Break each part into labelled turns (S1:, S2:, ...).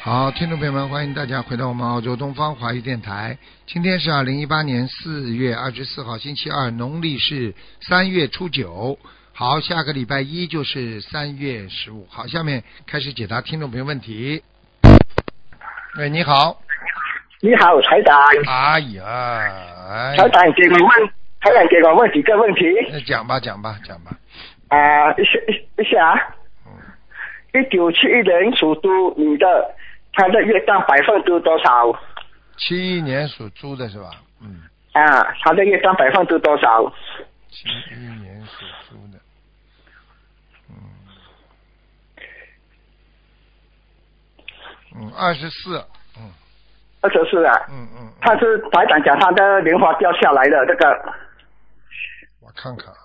S1: 好，听众朋友们，欢迎大家回到我们澳洲东方华语电台。今天是二零一八年四月二十四号，星期二，农历是三月初九。好，下个礼拜一就是三月十五。好，下面开始解答听众朋友问题。喂，你好。
S2: 你好，台长，
S1: 哎呀，哎呀
S2: 台长给我问，台长给我问几个问题
S1: 那讲吧，讲吧，嗯讲吧。
S2: 啊、一下一下啊，一九七一年属猪女的，她的月账百分之多少？
S1: 七一年属猪的是吧？嗯，
S2: 啊，她的月账百分之多少？
S1: 七一年属猪的。嗯。嗯，二十四。嗯
S2: 二十四啊，
S1: 嗯嗯。嗯
S2: 她是台长讲她的莲花掉下来的这个
S1: 我看看啊，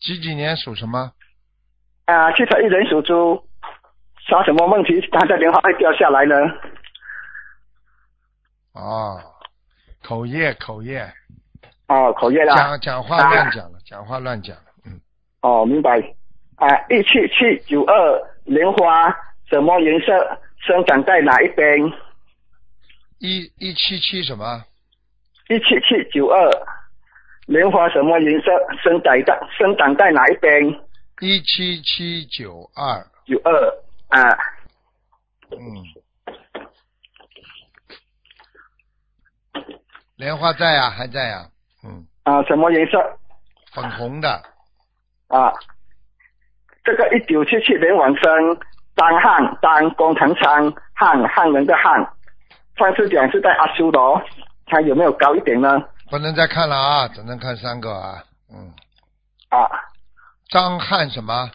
S1: 几几年属什么？
S2: 啊，七十一人属猪，啥什么问题？她的莲花会掉下来呢？
S1: 哦，口业口业，
S2: 哦，口业啦
S1: 讲，讲话乱讲了，讲话乱讲了。嗯，
S2: 哦，明白。啊，一七七九二莲花什么颜色？生长在哪一边？
S1: 一一七七什么？
S2: 一七七九二，莲花什么颜色？生长在生长在哪一边？
S1: 一七七九二。
S2: 九二啊，
S1: 嗯。莲花在呀、还在呀、嗯，
S2: 啊，什么颜色
S1: 粉红的，
S2: 啊？这个一九七七年往生，当汉当工程仓汉汉人的汉，上次讲是在阿修罗，他有没有高一点呢？
S1: 不能再看了啊，只能看三个啊，嗯，
S2: 啊，
S1: 张翰什么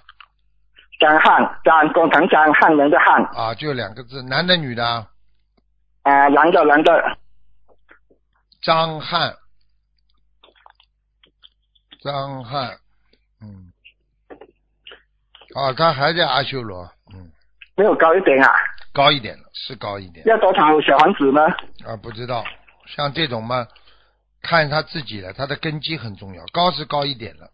S2: 张汉张工程仓汉人的汉
S1: 啊？就两个字，男的女的啊？
S2: 啊，男的男的
S1: 张翰，张翰，嗯，啊，他还在阿修罗，嗯，
S2: 没有高一点啊？
S1: 高一点了，是高一点
S2: 要多少小房子呢？
S1: 啊，不知道，像这种嘛，看他自己了，他的根基很重要，高是高一点了，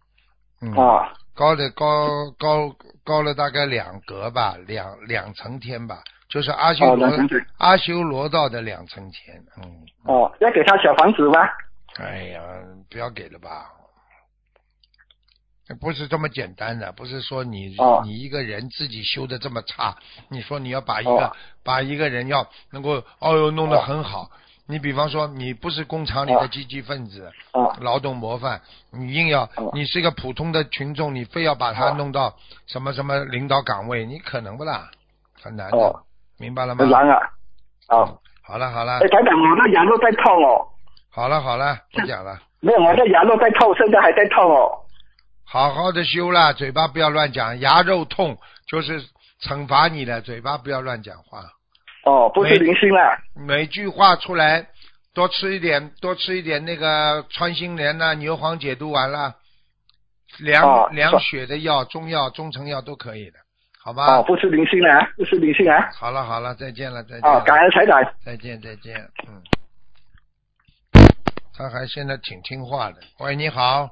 S1: 嗯，
S2: 啊，
S1: 高了高高高了大概两格吧，两两层天吧，就是阿修
S2: 哦，
S1: 罗、
S2: 两层天。
S1: 阿修罗道的两层天，嗯，
S2: 哦，要给他小房子吗？
S1: 哎呀，不要给了吧。不是这么简单的，不是说你、
S2: 哦
S1: 你一个人自己修的这么差，你说你要把一个、
S2: 哦
S1: 把一个人要能够哦哟弄得
S2: 哦
S1: 很好，你比方说你不是工厂里
S2: 哦
S1: 的积极分子，
S2: 啊，
S1: 劳动模范，你硬要
S2: 哦
S1: 你是一个普通的群众，你非要把他
S2: 哦
S1: 弄到什么什么领导岗位，你可能不啦？很难的，
S2: 哦
S1: 明白了吗
S2: 很？难啊。哦，
S1: 好了好了
S2: 哎，台长，我的牙肉在痛哦，
S1: 好了好了，不讲了，
S2: 没有，我的牙肉在痛，现在还在痛哦。
S1: 好好的修啦，嘴巴不要乱讲，牙肉痛就是惩罚你的，嘴巴不要乱讲话，
S2: 哦，不是
S1: 没
S2: 零星了。
S1: 每句话出来多吃一点，多吃一点那个穿心莲呐、牛黄解毒丸啦，凉、
S2: 哦
S1: 凉
S2: 是
S1: 血的药、中药、中成药都可以的，好吧？
S2: 哦，不是零星了，不是零星啊。
S1: 好了好了，再见了再见了、
S2: 哦，感恩台长。
S1: 再见再见，嗯。他还现在挺听话的。喂，你好，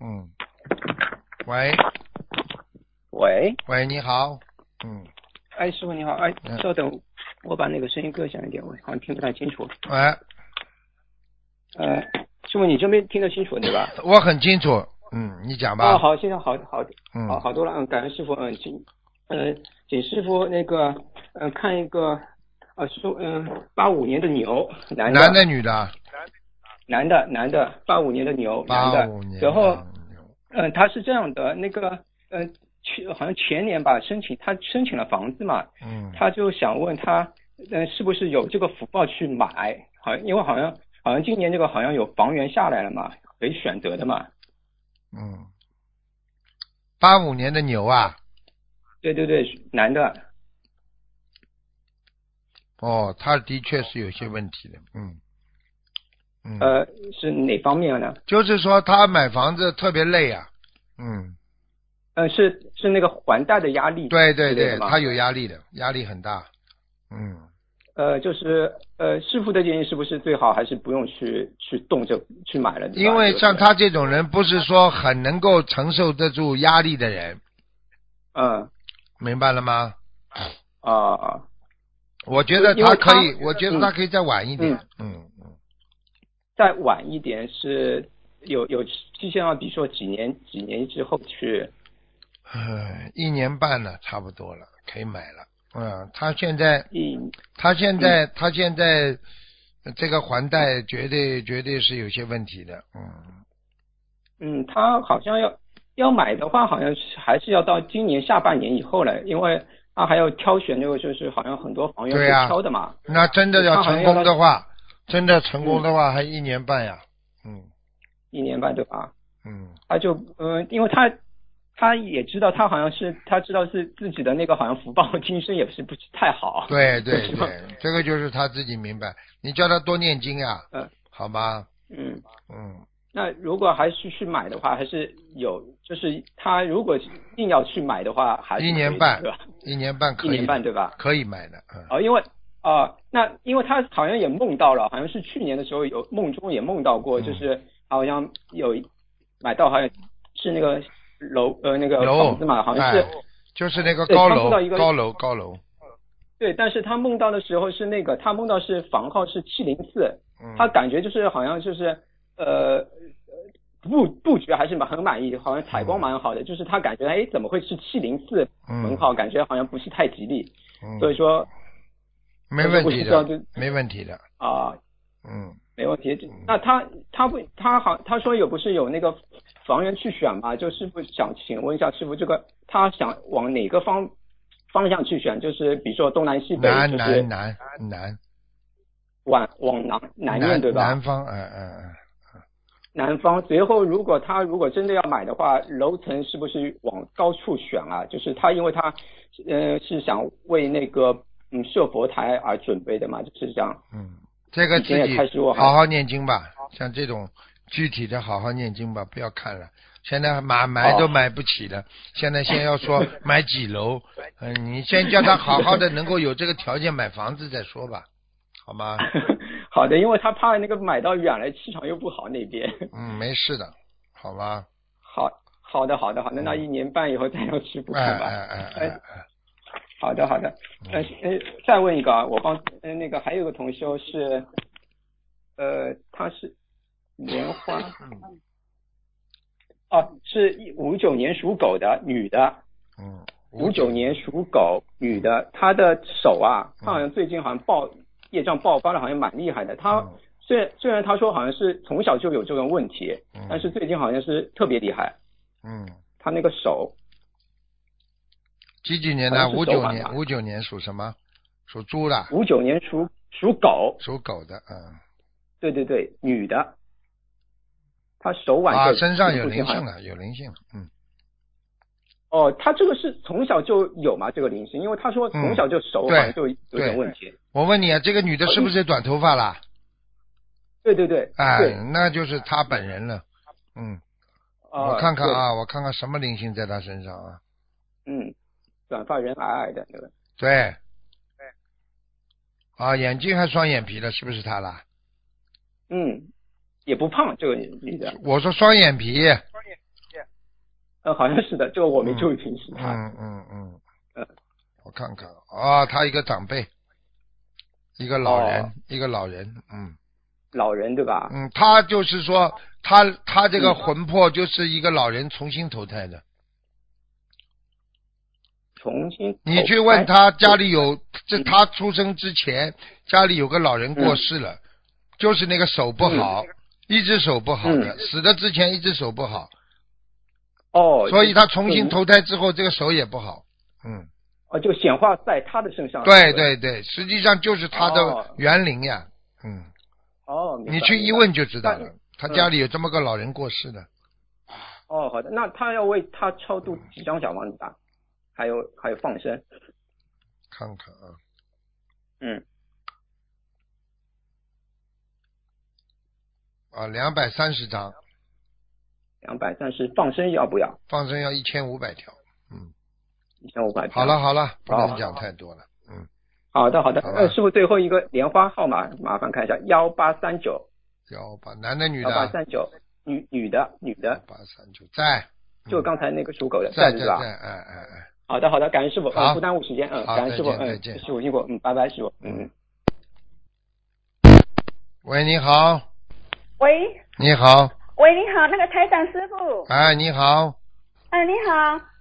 S1: 嗯，喂
S3: 喂，
S1: 喂，你好，嗯，
S3: 哎，师傅你好，哎
S1: 嗯，
S3: 稍等，我把那个声音搁响一点，我好像听不太清楚。
S1: 喂，
S3: 呃，师傅你这边听得清楚对吧？
S1: 我很清楚，嗯，你讲吧，
S3: 哦，好，现在好好
S1: 嗯，
S3: 好好多了，嗯，感恩师傅，嗯，请，呃，请师傅那个，呃，看一个，呃，说，嗯、八五年的牛，男的，
S1: 男的女的，
S3: 男的，男的，八五年的牛，男
S1: 八
S3: 的
S1: 五年，的，
S3: 然后，
S1: 牛
S3: 嗯，他是这样的，那个，呃，去好像前年吧，申请他申请了房子嘛，
S1: 嗯，
S3: 他就想问他，嗯，是不是有这个福报去买？好像因为好像好像今年这个好像有房源下来了嘛，可以选择的嘛。
S1: 嗯，八五年的牛啊，
S3: 对对对，男的，
S1: 哦，他的确是有些问题的，嗯，嗯，
S3: 哦呃，是哪方面呢？
S1: 就是说他买房子特别累啊，嗯，
S3: 呃，是是那个还贷的压力。
S1: 对对
S3: 之类
S1: 对，
S3: 的吗
S1: 他有压力的，压力很大。嗯，
S3: 呃，就是呃，师傅的建议是不是最好还是不用去去动这去买了？对吧
S1: 因为像，
S3: 就是啊
S1: 他这种人，不是说很能够承受得住压力的人，
S3: 嗯
S1: 明白了吗？
S3: 啊、啊啊，
S1: 我觉得
S3: 因为
S1: 他可
S3: 他
S1: 以，我觉得他可以再晚一点。嗯嗯
S3: 再晚一点是有有迹象，比如说几年几年之后去，
S1: 唉一年半了，差不多了，可以买了。嗯，他现在
S3: 一
S1: 他现在、
S3: 嗯
S1: 他现在呃这个还贷绝对绝对是有些问题的。嗯，
S3: 嗯，他好像要要买的话，好像是还是要到今年下半年以后了，因为他还要挑选那个，就是好像很多房源
S1: 对啊呀
S3: 会挑的嘛。
S1: 那真的要
S3: 他好
S1: 成
S3: 像
S1: 功
S3: 要
S1: 的话，真的成功的话还一年半呀。嗯
S3: 一年半对吧？
S1: 嗯，
S3: 他就呃，因为他他也知道，他好像是他知道是自己的那个好像福报今生也是不是太好。
S1: 对对
S3: 是吧
S1: 对，这个就是他自己明白。你叫他多念经呀、
S3: 嗯
S1: 好吧？
S3: 嗯，
S1: 嗯，
S3: 那如果还是去买的话，还是有，就是他如果硬要去买的话，还是
S1: 一年
S3: 可以的
S1: 半
S3: 对吧？
S1: 一年半可以
S3: 一
S1: 的，
S3: 年半对吧？
S1: 可以买的。嗯，
S3: 哦，因为啊、那因为他好像也梦到了，好像是去年的时候有梦中也梦到过，
S1: 嗯
S3: 就是好像有买到，好像是那个楼呃那个
S1: 楼
S3: 房子嘛，好像是、
S1: 哎就是那个
S3: 对
S1: 高
S3: 他
S1: 楼
S3: 碰到一个
S1: 高楼高楼。
S3: 对，但是他梦到的时候是那个他梦到是房号是七零四，
S1: 嗯，
S3: 他感觉就是好像就是呃。布布局还是蛮很满意，好像采光蛮
S1: 嗯
S3: 好的，就是他感觉哎怎么会是七零四门号，感觉好像不是太吉利，
S1: 嗯
S3: 所以说
S1: 没问题
S3: 我不知
S1: 的
S3: 道，
S1: 没问题的。
S3: 啊、
S1: 嗯，
S3: 没问题。那他他不他好他说有不是有那个房源去选嘛？就师傅想请问一下师傅，这个他想往哪个方方向去选？就是比如说东南西北，
S1: 南
S3: 就
S1: 南
S3: 是
S1: 南南
S3: 往往南南面
S1: 南
S3: 对吧？
S1: 南方，嗯嗯嗯，
S3: 南方。随后如果他如果真的要买的话，楼层是不是往高处选啊？就是他因为他呃是想为那个嗯设佛台而准备的嘛，就是这样。
S1: 嗯，这个
S3: 以
S1: 自
S3: 前
S1: 己
S3: 也开始我还
S1: 好好念经吧，像这种具体的好好念经吧，不要看了。现在买买
S3: 哦
S1: 都买不起了，现在先要 说买几楼，嗯、你先叫他好好的能够有这个条件买房子再说吧，好吗？
S3: 好的，因为他怕那个买到远了气场又不好那边。
S1: 嗯，没事的，好吗？
S3: 好好的，好的，好的，那一年半以后再要去补
S1: 嗯哎
S3: 看吧。
S1: 哎哎哎哎，
S3: 好的，好的。呃呃，再问一个啊，我帮呃那个还有个同修是，呃，他是莲花，哦，是五九年属狗的女的，
S1: 嗯，
S3: 五九年属狗女的，她的手啊，她好像最近好像爆业障爆发了，好像蛮厉害的。她
S1: 嗯
S3: 虽然虽然她说好像是从小就有这种问题
S1: 嗯，
S3: 但是最近好像是特别厉害，
S1: 嗯，
S3: 她那个手。
S1: 几几年
S3: 好
S1: 的？
S3: 像是
S1: 五
S3: 手
S1: 九
S3: 感
S1: 年，
S3: 吧
S1: 五九年属什么？属猪的，
S3: 五九年属属狗，
S1: 属狗的，嗯。
S3: 对对对，女的，她手腕
S1: 啊，
S3: 这里
S1: 身上有
S3: 这
S1: 灵
S3: 个部位好
S1: 性
S3: 像
S1: 了，有灵性了，嗯，
S3: 哦，她这个是从小就有嘛，这个灵性，因为她说从小就手
S1: 嗯对
S3: 腕就有
S1: 对
S3: 点问题。
S1: 我问你啊，这个女的是不是短头发啦？
S3: 对对对，
S1: 哎
S3: 对，
S1: 那就是她本人了，嗯，
S3: 啊
S1: 我看看啊，我看看什么灵性在她身上啊？
S3: 对，嗯，短发人矮矮的那个，
S1: 对，啊，眼睛还双眼皮了，是不是她啦？
S3: 嗯，也不胖，这个女的，
S1: 我说双眼皮，
S3: 啊呃，好像是的，这个我没注意平时她，
S1: 嗯嗯嗯
S3: 嗯，
S1: 我看看啊，她一个长辈，一个老
S3: 哦
S1: 人，一个老人，嗯。
S3: 老人对吧？
S1: 嗯，他就是说，他他这
S3: 嗯
S1: 个魂魄就是一个老人重新投胎的。
S3: 重新哦哎投
S1: 你去问
S3: 胎
S1: 他家里有，
S3: 嗯
S1: 这他出生之前家里有个老人过世了，就是那个手不
S3: 嗯
S1: 好，一只手不好的，死的之前一只手不好，
S3: 哦，
S1: 所以他重新
S3: 嗯
S1: 投胎之后这个手也不好。嗯，
S3: 哦，就显化在她的身上，
S1: 对对对，实际上就是他的
S3: 啊哦
S1: 园林呀。嗯，
S3: 哦，明白
S1: 你去一
S3: 明白嗯
S1: 问就知道
S3: 那
S1: 了，他家里有这么个老人过世的。
S3: 哦，好的，那他要为他超度几张小王子啊？还有还有放生，
S1: 看看啊，
S3: 嗯，
S1: 啊，两百三十张，
S3: 两百，但是放生要不要？
S1: 放生要一千五百条。嗯，
S3: 一千五百。
S1: 好了，好了，不能讲太多了。嗯，
S3: 好的好的。
S1: 好吧
S3: 呃，师傅最后一个莲花号码，麻烦看一下，幺八三九，
S1: 要把男的女
S3: 幺
S1: 的
S3: 八
S1: 啊，
S3: 三九，女女的女的，
S1: 八三九在，
S3: 就刚才那个属狗的，
S1: 在嗯在
S3: 子是
S1: 在，
S3: 吧？
S1: 哎哎哎，
S3: 好的，好的，感恩师傅，
S1: 好
S3: 呃不耽误时间，嗯，
S1: 好
S3: 感恩师傅，
S1: 再见再
S3: 嗯，
S1: 见
S3: 师傅辛苦，嗯，拜拜，师傅，嗯。
S1: 喂，你好，
S4: 喂
S1: 你好，
S4: 喂，你好，那个台长师傅，
S1: 哎，你好，
S4: 嗯、你好，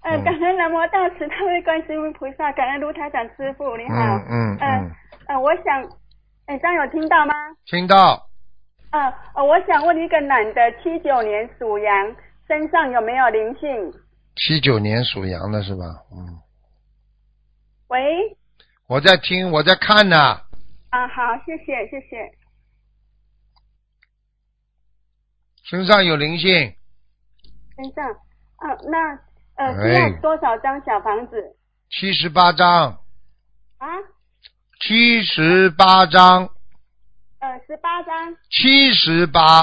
S4: 呃
S1: 嗯，
S4: 感恩南无大慈大悲观世音菩萨，感恩卢台长师傅，你好，
S1: 嗯嗯嗯，
S4: 呃，我想，呃，这样有听到吗？
S1: 听到，
S4: 呃，呃我想问一个男的，七九年属羊，身上有没有灵性？
S1: 七九年属羊的是吧？嗯，
S4: 喂，
S1: 我在听，我在看呢、
S4: 啊，好，谢谢，谢谢，
S1: 身上有灵性，
S4: 身上，啊，那呃，需
S1: 哎
S4: 要多少张小房子
S1: 七十八张，
S4: 啊？
S1: 七十八张，
S4: 呃，十八张，
S1: 七十八，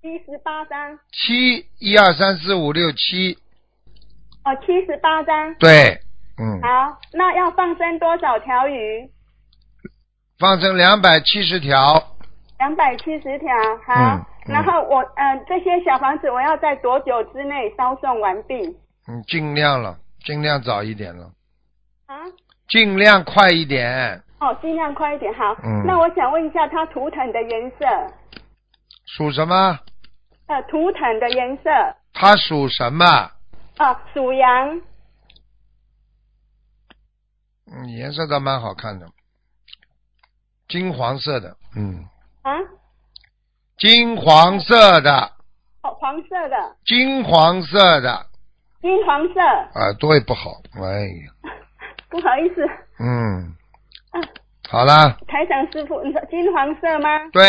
S4: 七十八张，
S1: 七一二三四五六七，
S4: 哦，七十八张。
S1: 对，嗯，
S4: 好，那要放生多少条鱼？
S1: 放成两百七十条，
S4: 两百七十条。好，
S1: 嗯嗯
S4: 然后我嗯、呃这些小房子我要在多久之内烧送完毕？
S1: 嗯，尽量了，尽量早一点了，
S4: 啊？
S1: 尽量快一点，
S4: 哦，尽量快一点。好，
S1: 嗯
S4: 那我想问一下它图腾的颜色，
S1: 属什么？
S4: 呃，图腾的颜色，
S1: 它属什么？
S4: 哦，属羊，
S1: 嗯，颜色倒蛮好看的，金黄色的，嗯，
S4: 啊，
S1: 金黄色的，
S4: 哦，黄色的，
S1: 金黄色的，
S4: 金黄色，
S1: 耳朵也不好，哎呀，
S4: 不好意思，
S1: 嗯，
S4: 啊，
S1: 好啦，
S4: 台长师傅，你说金黄色吗？
S1: 对，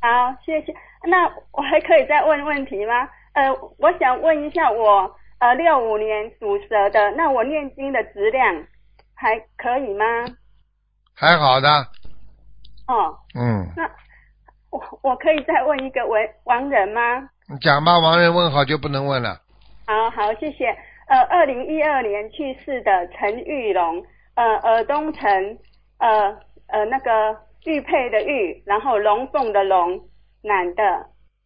S4: 好，谢谢。那我还可以再问问题吗？呃，我想问一下我呃六五年属蛇的，那我念经的质量还可以吗？
S1: 还好的，
S4: 哦，
S1: 嗯，
S4: 那我我可以再问一个为亡人吗？
S1: 你讲吧，王人问好就不能问了，
S4: 好好，谢谢。呃，二零一二年去世的陈玉龙，呃，尔东城，呃呃那个玉佩的玉，然后龙凤的龙，男的。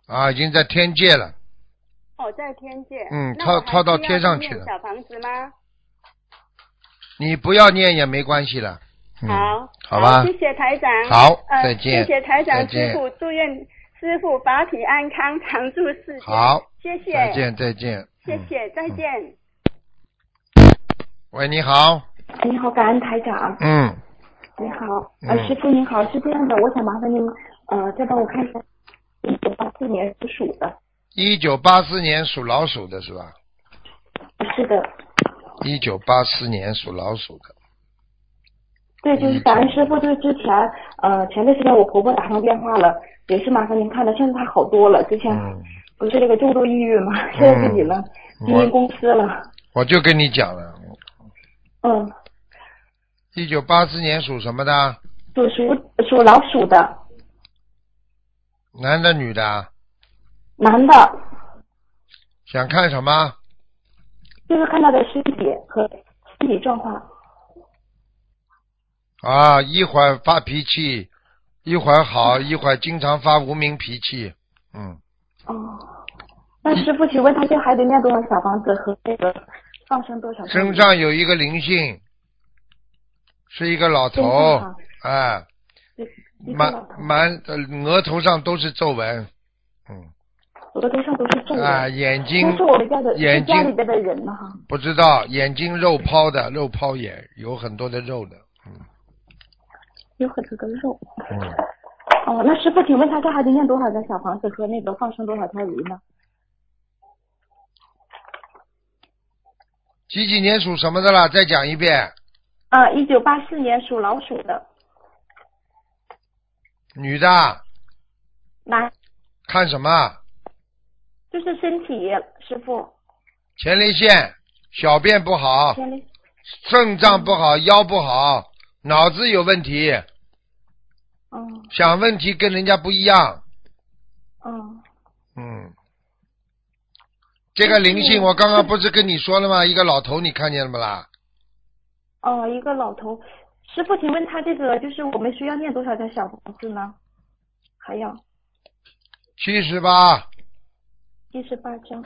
S1: 啊，已经在天界了，
S4: 哦，在天界。
S1: 嗯
S4: 那
S1: 跳
S4: 我还
S1: 跳到
S4: 需要
S1: 天上
S4: 念
S1: 去了
S4: 小房子吗？
S1: 你不要念也没关系了，嗯，
S4: 好，
S1: 好吧，
S4: 谢谢台长。
S1: 好
S4: 呃、
S1: 再见
S4: 谢谢台
S1: 再
S4: 长
S1: 见
S4: 师傅，祝愿师傅法体安康，常驻世间。
S1: 好，
S4: 谢谢，
S1: 再，见再见，
S4: 谢
S1: 嗯。
S4: 谢，再见。
S1: 喂，你好，
S5: 你好，感恩台长。啊
S1: 嗯，
S5: 你好，
S1: 嗯
S5: 呃，师傅您好，是这样的，我想麻烦您，呃，再帮我看一下，一九八四年属鼠的，
S1: 一九八四年属老鼠的是吧？
S5: 是的，
S1: 一九八四年属老鼠的，
S5: 对，就是
S1: 嗯
S5: 感恩师傅，就是之前，呃，前段时间我婆婆打上电话了，也是麻烦您看的，现在她好多了，之前
S1: 嗯，
S5: 不是这个重度抑郁嘛，现在自己呢经
S1: 我
S5: 营公司了，
S1: 我就跟你讲了，
S5: 嗯，
S1: 一九八四年属什么的？
S5: 属属属老鼠的
S1: 男的女的啊？
S5: 男的，
S1: 想看什么？
S5: 就是看他的身体和身体状况，
S1: 啊，一会儿发脾气，一会儿好，
S5: 嗯
S1: 一会儿经常发无名脾气。嗯，
S5: 哦，那师傅，请问他这还得念多少小房子和这个放生多少张？
S1: 身上有一个灵性，是一个老
S5: 身
S1: 头
S5: 上哈，
S1: 哎，
S5: 对一个
S1: 满
S5: 老头
S1: 满呃额头上都是皱纹，嗯，
S5: 额头上都是皱纹。
S1: 啊，眼睛
S5: 那是我们家的，是
S1: 眼睛
S5: 家里边的人呢哈。
S1: 不知道，眼睛肉泡的，肉泡眼有很多的肉的，
S5: 有很多个肉。
S1: 嗯，
S5: 哦，那师傅，请问他这还得念多少张小房子和那个放生多少条鱼呢？
S1: 几几年属什么的啦？再讲一遍，
S5: 啊，一九八四年属老鼠的
S1: 女的
S5: 男，
S1: 看什么？
S5: 就是身体，师傅。
S1: 哦前列腺、小便不好，
S5: 前列
S1: 肾脏不好，腰不好，脑子有问题，
S5: 嗯
S1: 想问题跟人家不一样。
S5: 嗯
S1: 嗯，这个灵性
S5: 嗯
S1: 我刚刚不是跟你说了吗？一个老头，你看见了不啦？
S5: 哦，一个老头。师傅，请问他这个就是我们需要念多少张小房子呢？还要
S1: 七十八，
S5: 七十八张。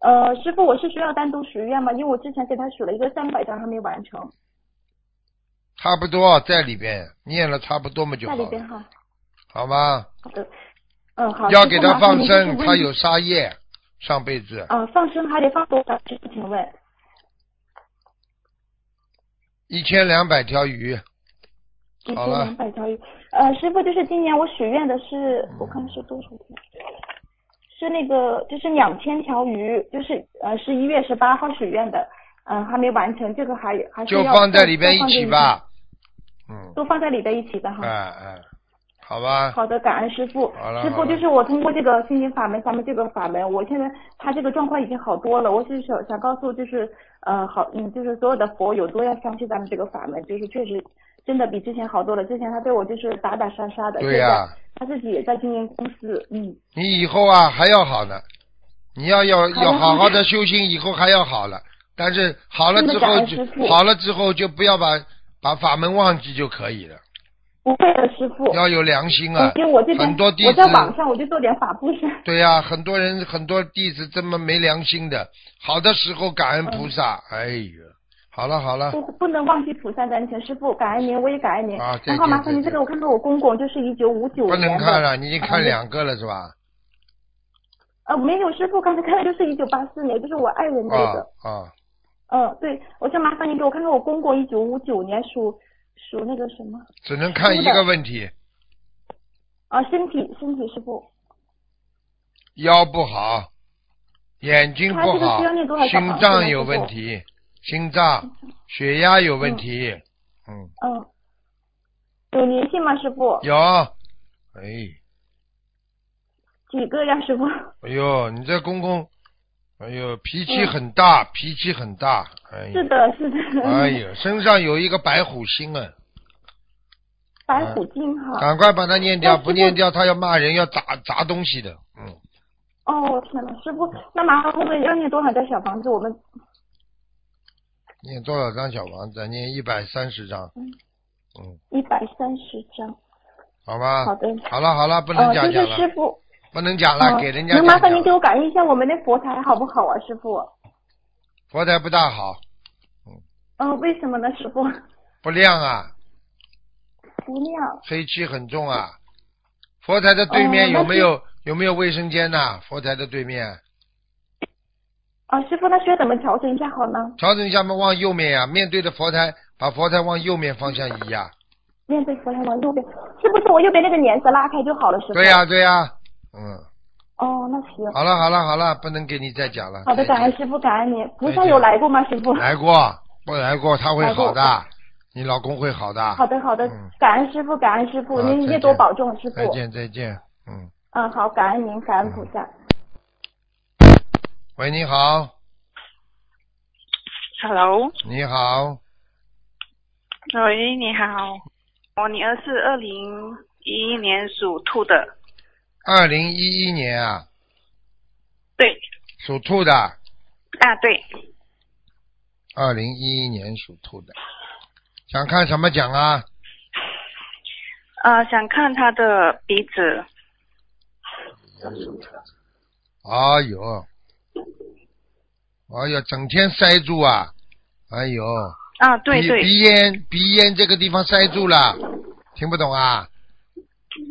S5: 呃，师傅，我是需要单独许愿吗？因为我之前给他许了一个三百张，还没完成。
S1: 差不多在里边念了差不多嘛就
S5: 在
S1: 好
S5: 里边
S1: 了，
S5: 哈。
S1: 好吗？
S5: 好的。嗯，好。
S1: 要
S5: 师傅
S1: 给他
S5: 麻烦
S1: 放
S5: 您
S1: 生，
S5: 就是问
S1: 他
S5: 一
S1: 有杀业，上辈子
S5: 呃，放生还得放多少？师傅，请问
S1: 一千两百条鱼，
S5: 一
S1: 好
S5: 千
S1: 了
S5: 两百条鱼。呃，师傅，就是今年我许愿的是，
S1: 嗯
S5: 我看是多少条？是那个，就是两千条鱼，就是呃十一月十八号许愿的，嗯、还没完成，这个还还是
S1: 就
S5: 要
S1: 放在
S5: 多
S1: 里边
S5: 多
S1: 一
S5: 放在
S1: 起
S5: 里面，
S1: 吧。嗯，
S5: 都放在里边一起的哈。
S1: 哎哎，好吧，
S5: 啊好的，感恩师傅
S1: 啊好了。
S5: 师
S1: 好
S5: 傅
S1: 了
S5: 就是我通过这个心灵法门，咱们这个法门，我现在他这个状况已经好多了。我是想想告诉就是呃好嗯，就是所有的佛友都要相信咱们这个法门，就是确实真的比之前好多了。之前他对我就是打打杀杀的，
S1: 对呀
S5: 现在他自己也在经营公司，嗯，
S1: 你以后啊还要好呢，你要要
S5: 好的
S1: 要好好
S5: 好
S1: 的修行，以后还要好了。但是好了
S5: 真的
S1: 之
S5: 感
S1: 后
S5: 恩师
S1: 就
S5: 父
S1: 好了之后就不要把把法门忘记就可以了，
S5: 不会的，师傅。
S1: 要有良心啊
S5: 曾。经我这边
S1: 很多啊弟
S5: 我
S1: 子
S5: 在网上我就做点法布施，
S1: 对呀、很多人很多弟子这么没良心的，好的时候感恩菩萨，哎呀，好了好了，
S5: 不不能忘记菩萨的恩情。师傅，感恩您，我也感恩您。
S1: 啊再
S5: 然后
S1: 见
S5: 麻烦您
S1: 再见
S5: 再给我看看我公公，就是一九五九
S1: 不
S5: 年
S1: 能
S5: 的
S1: 看了，你已经看
S5: 嗯
S1: 两个了是吧？
S5: 呃，没有，师傅刚才看的就是一九八四年，就是我爱人这
S1: 啊
S5: 个。
S1: 啊，
S5: 嗯，对，我想麻烦你给我看看我公公一九五九年属属那个什么
S1: 只能看一个问题，
S5: 啊，身体身体师傅，
S1: 腰不好，眼睛
S5: 他
S1: 不
S5: 这个
S1: 好
S5: 需要念多少，小
S1: 心
S5: 房子
S1: 脏
S5: 呢
S1: 有
S5: 师
S1: 问
S5: 傅
S1: 题，心脏、血压有问题，嗯，
S5: 嗯，有灵性吗师傅？
S1: 有，哎，
S5: 几个呀师傅？
S1: 哎呦，你这公公，哎呦，脾气很大，脾气很大，哎
S5: 嗯是
S1: 呀，
S5: 的，嗯是的，
S1: 哎呀，身上有一个白虎星啊。
S5: 白虎精哈。
S1: 赶快把它念掉，
S5: 啊那师傅
S1: 不念掉他要骂人，要砸砸东西的。嗯，
S5: 哦天呐，师傅，那麻烦后面要念多少张小房子？我们
S1: 念多少张小房子？念一百三十张。嗯，
S5: 一百三十张。
S1: 好吧。
S5: 好的
S1: 啊好了好了，不能
S5: 呃，
S1: 讲
S5: 就
S1: 讲
S5: 是
S1: 了，
S5: 师傅，
S1: 不能讲了，
S5: 嗯
S1: 给人家
S5: 能麻
S1: 讲
S5: 烦
S1: 讲
S5: 您给
S1: 了。
S5: 我感应一下我们的佛台好不好啊，师傅？
S1: 佛台不大好，
S5: 嗯、为什么呢， 师傅？
S1: 不亮啊，
S5: 不亮。
S1: 黑气很重啊。佛台的对面
S5: 哦那
S1: 有没有有没有卫生间呐、佛台的对面，
S5: 啊，师傅，那需要怎么调整一下好呢？
S1: 调整一下嘛，往右面呀、面对着佛台，把佛台往右面方向移呀、
S5: 面对佛台往右边，是不是我右边那个帘子拉开就好了，师傅？
S1: 对呀、对呀、嗯，
S5: 哦，那行。
S1: 好了好了好了，不能给你再讲了。
S5: 好
S1: 再
S5: 的，
S1: 见
S5: 感恩师傅，感恩您。菩
S1: 再
S5: 萨
S1: 见
S5: 有来过吗，师傅？
S1: 来过，不来过他会
S5: 来过
S1: 好的，你老公会好的。
S5: 好的，好的
S1: 嗯，
S5: 感恩师傅，感恩师傅，
S1: 好再
S5: 您一定
S1: 见
S5: 多保重，师傅
S1: 再。见再见，嗯，
S5: 嗯，好，感恩您，感恩菩萨。
S1: 喂，你好，
S6: Hello，
S1: 你好，
S6: 喂，你好，哦，你儿是二零一一年属兔的，
S1: 二零一一年啊，
S6: 对，
S1: 属兔的，
S6: 啊对，
S1: 二零一一年属兔的，想看什么奖啊？
S6: 呃，想看他的鼻子，
S1: 哎呦，哎呦，整天塞住啊，哎呦，
S6: 啊对
S1: 鼻
S6: 对，
S1: 鼻咽鼻咽这个地方塞住了，听不懂啊？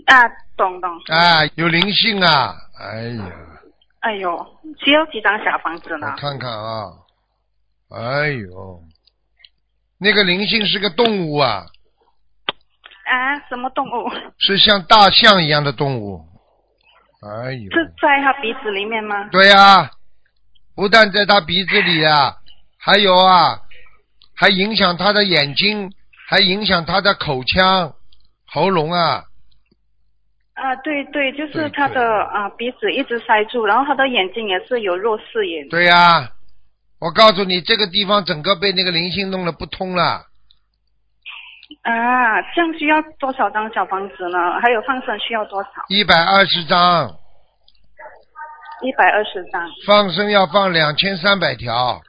S6: 啊懂懂，
S1: 啊，有灵性啊，哎呀。
S6: 哎呦，需要几张小房子呢
S1: 我？看看啊，哎呦，那个灵性是个动物啊，
S6: 啊，什么动 物？
S1: 是像大象一样的动物。哎呦，
S6: 是在他鼻子里面吗？
S1: 对呀、不但在他鼻子里啊，还有啊，还影响他的眼睛，还影响他的口腔、喉咙啊。
S6: 啊对对，就
S1: 对
S6: 是他
S1: 对
S6: 的啊鼻子一直塞住，然后他的眼睛也是有弱视眼，
S1: 对呀、我告诉你，这个地方整个被那个灵性弄得不通了。
S6: 啊，这样需要多少张小房子呢？还有放生需要多少？
S1: 一百二十张，
S6: 一百二十张。
S1: 放生要放两千三百条，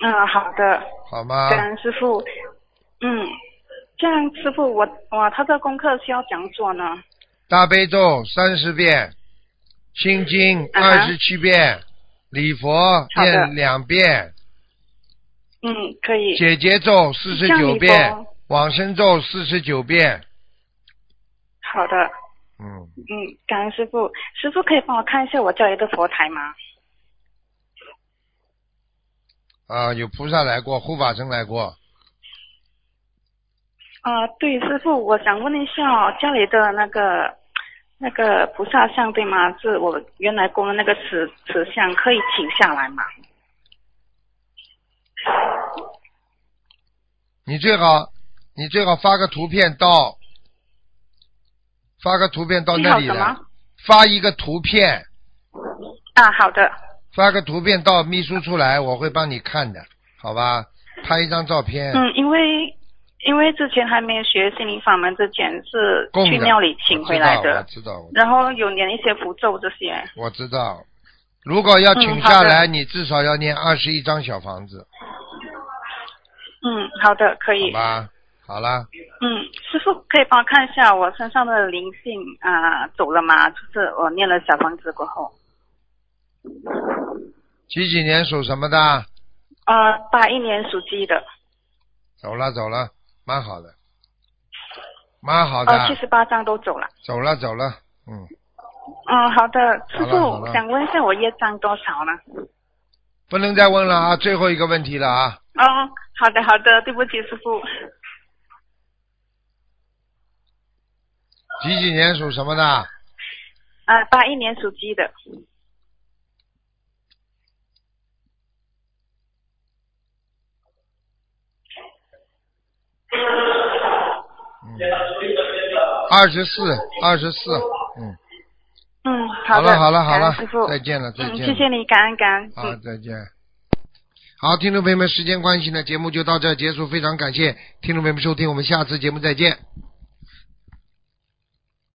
S6: 嗯，好的，
S1: 好吗？
S6: 感恩师傅。嗯，这样师傅，我哇，他的功课需要讲做呢。
S1: 大悲咒三十遍，心经
S6: 啊哈
S1: 二十七遍，礼佛
S6: 好的
S1: 念两遍，
S6: 嗯，可以。
S1: 姐姐咒四十
S6: 像
S1: 九
S6: 礼
S1: 遍
S6: 佛，
S1: 往生咒四十九遍，
S6: 好的，
S1: 嗯，
S6: 嗯，感恩师傅。师傅可以帮我看一下我家里的佛台吗？
S1: 啊，有菩萨来过，护法神来过，
S6: 啊、对，师傅，我想问一下哦，家里的那个那个菩萨像对吗？是我原来供的那个瓷瓷像，可以请下来吗？
S1: 你最好你最好发个图片到，发个图片到
S6: 你
S1: 那
S6: 好
S1: 里
S6: 什
S1: 来
S6: 么，？
S1: 发一个图片，
S6: 啊，好的，
S1: 发个图片到秘书处来，我会帮你看的，好吧？拍一张照片，
S6: 嗯，因为因为之前还没有学心灵法门之前是
S1: 供的
S6: 去庙里请回来
S1: 我
S6: 的，
S1: 知道，我知道，
S6: 然后有念一些符咒这些。
S1: 我知道。如果要请
S6: 嗯好
S1: 下
S6: 的
S1: 来，你至少要念二十一张小房子，
S6: 嗯，好的，可
S1: 好
S6: 以。
S1: 吧？好啦，
S6: 嗯，师傅可以帮我看一下我身上的灵性啊、走了吗？就是我念了小房子过后，
S1: 几几年属什么的？
S6: 呃，八一年属鸡的，
S1: 走了走了，蛮好的，蛮好的，
S6: 呃，七十八张都走了。
S1: 走了走了，嗯，
S6: 嗯，好的，师
S1: 好了好
S6: 傅
S1: 了
S6: 想问一下我业障多少呢？
S1: 不能再问了啊，最后一个问题了啊，
S6: 哦，好的好的，对不起师傅，
S1: 几几年属什么的？
S6: 啊、八一年属鸡的，
S1: 二十四，二十四，嗯，
S6: 嗯，
S1: 好
S6: 的
S1: 了好了好
S6: 感恩
S1: 了
S6: 师傅，，
S1: 再见了再
S6: 嗯，
S1: 见了，啊
S6: 谢谢你，感恩感恩，
S1: 好
S6: 嗯，，
S1: 再见。好，听众朋友们，时间关系呢，节目就到这儿结束。非常感谢听众朋友们收听，我们下次节目再见。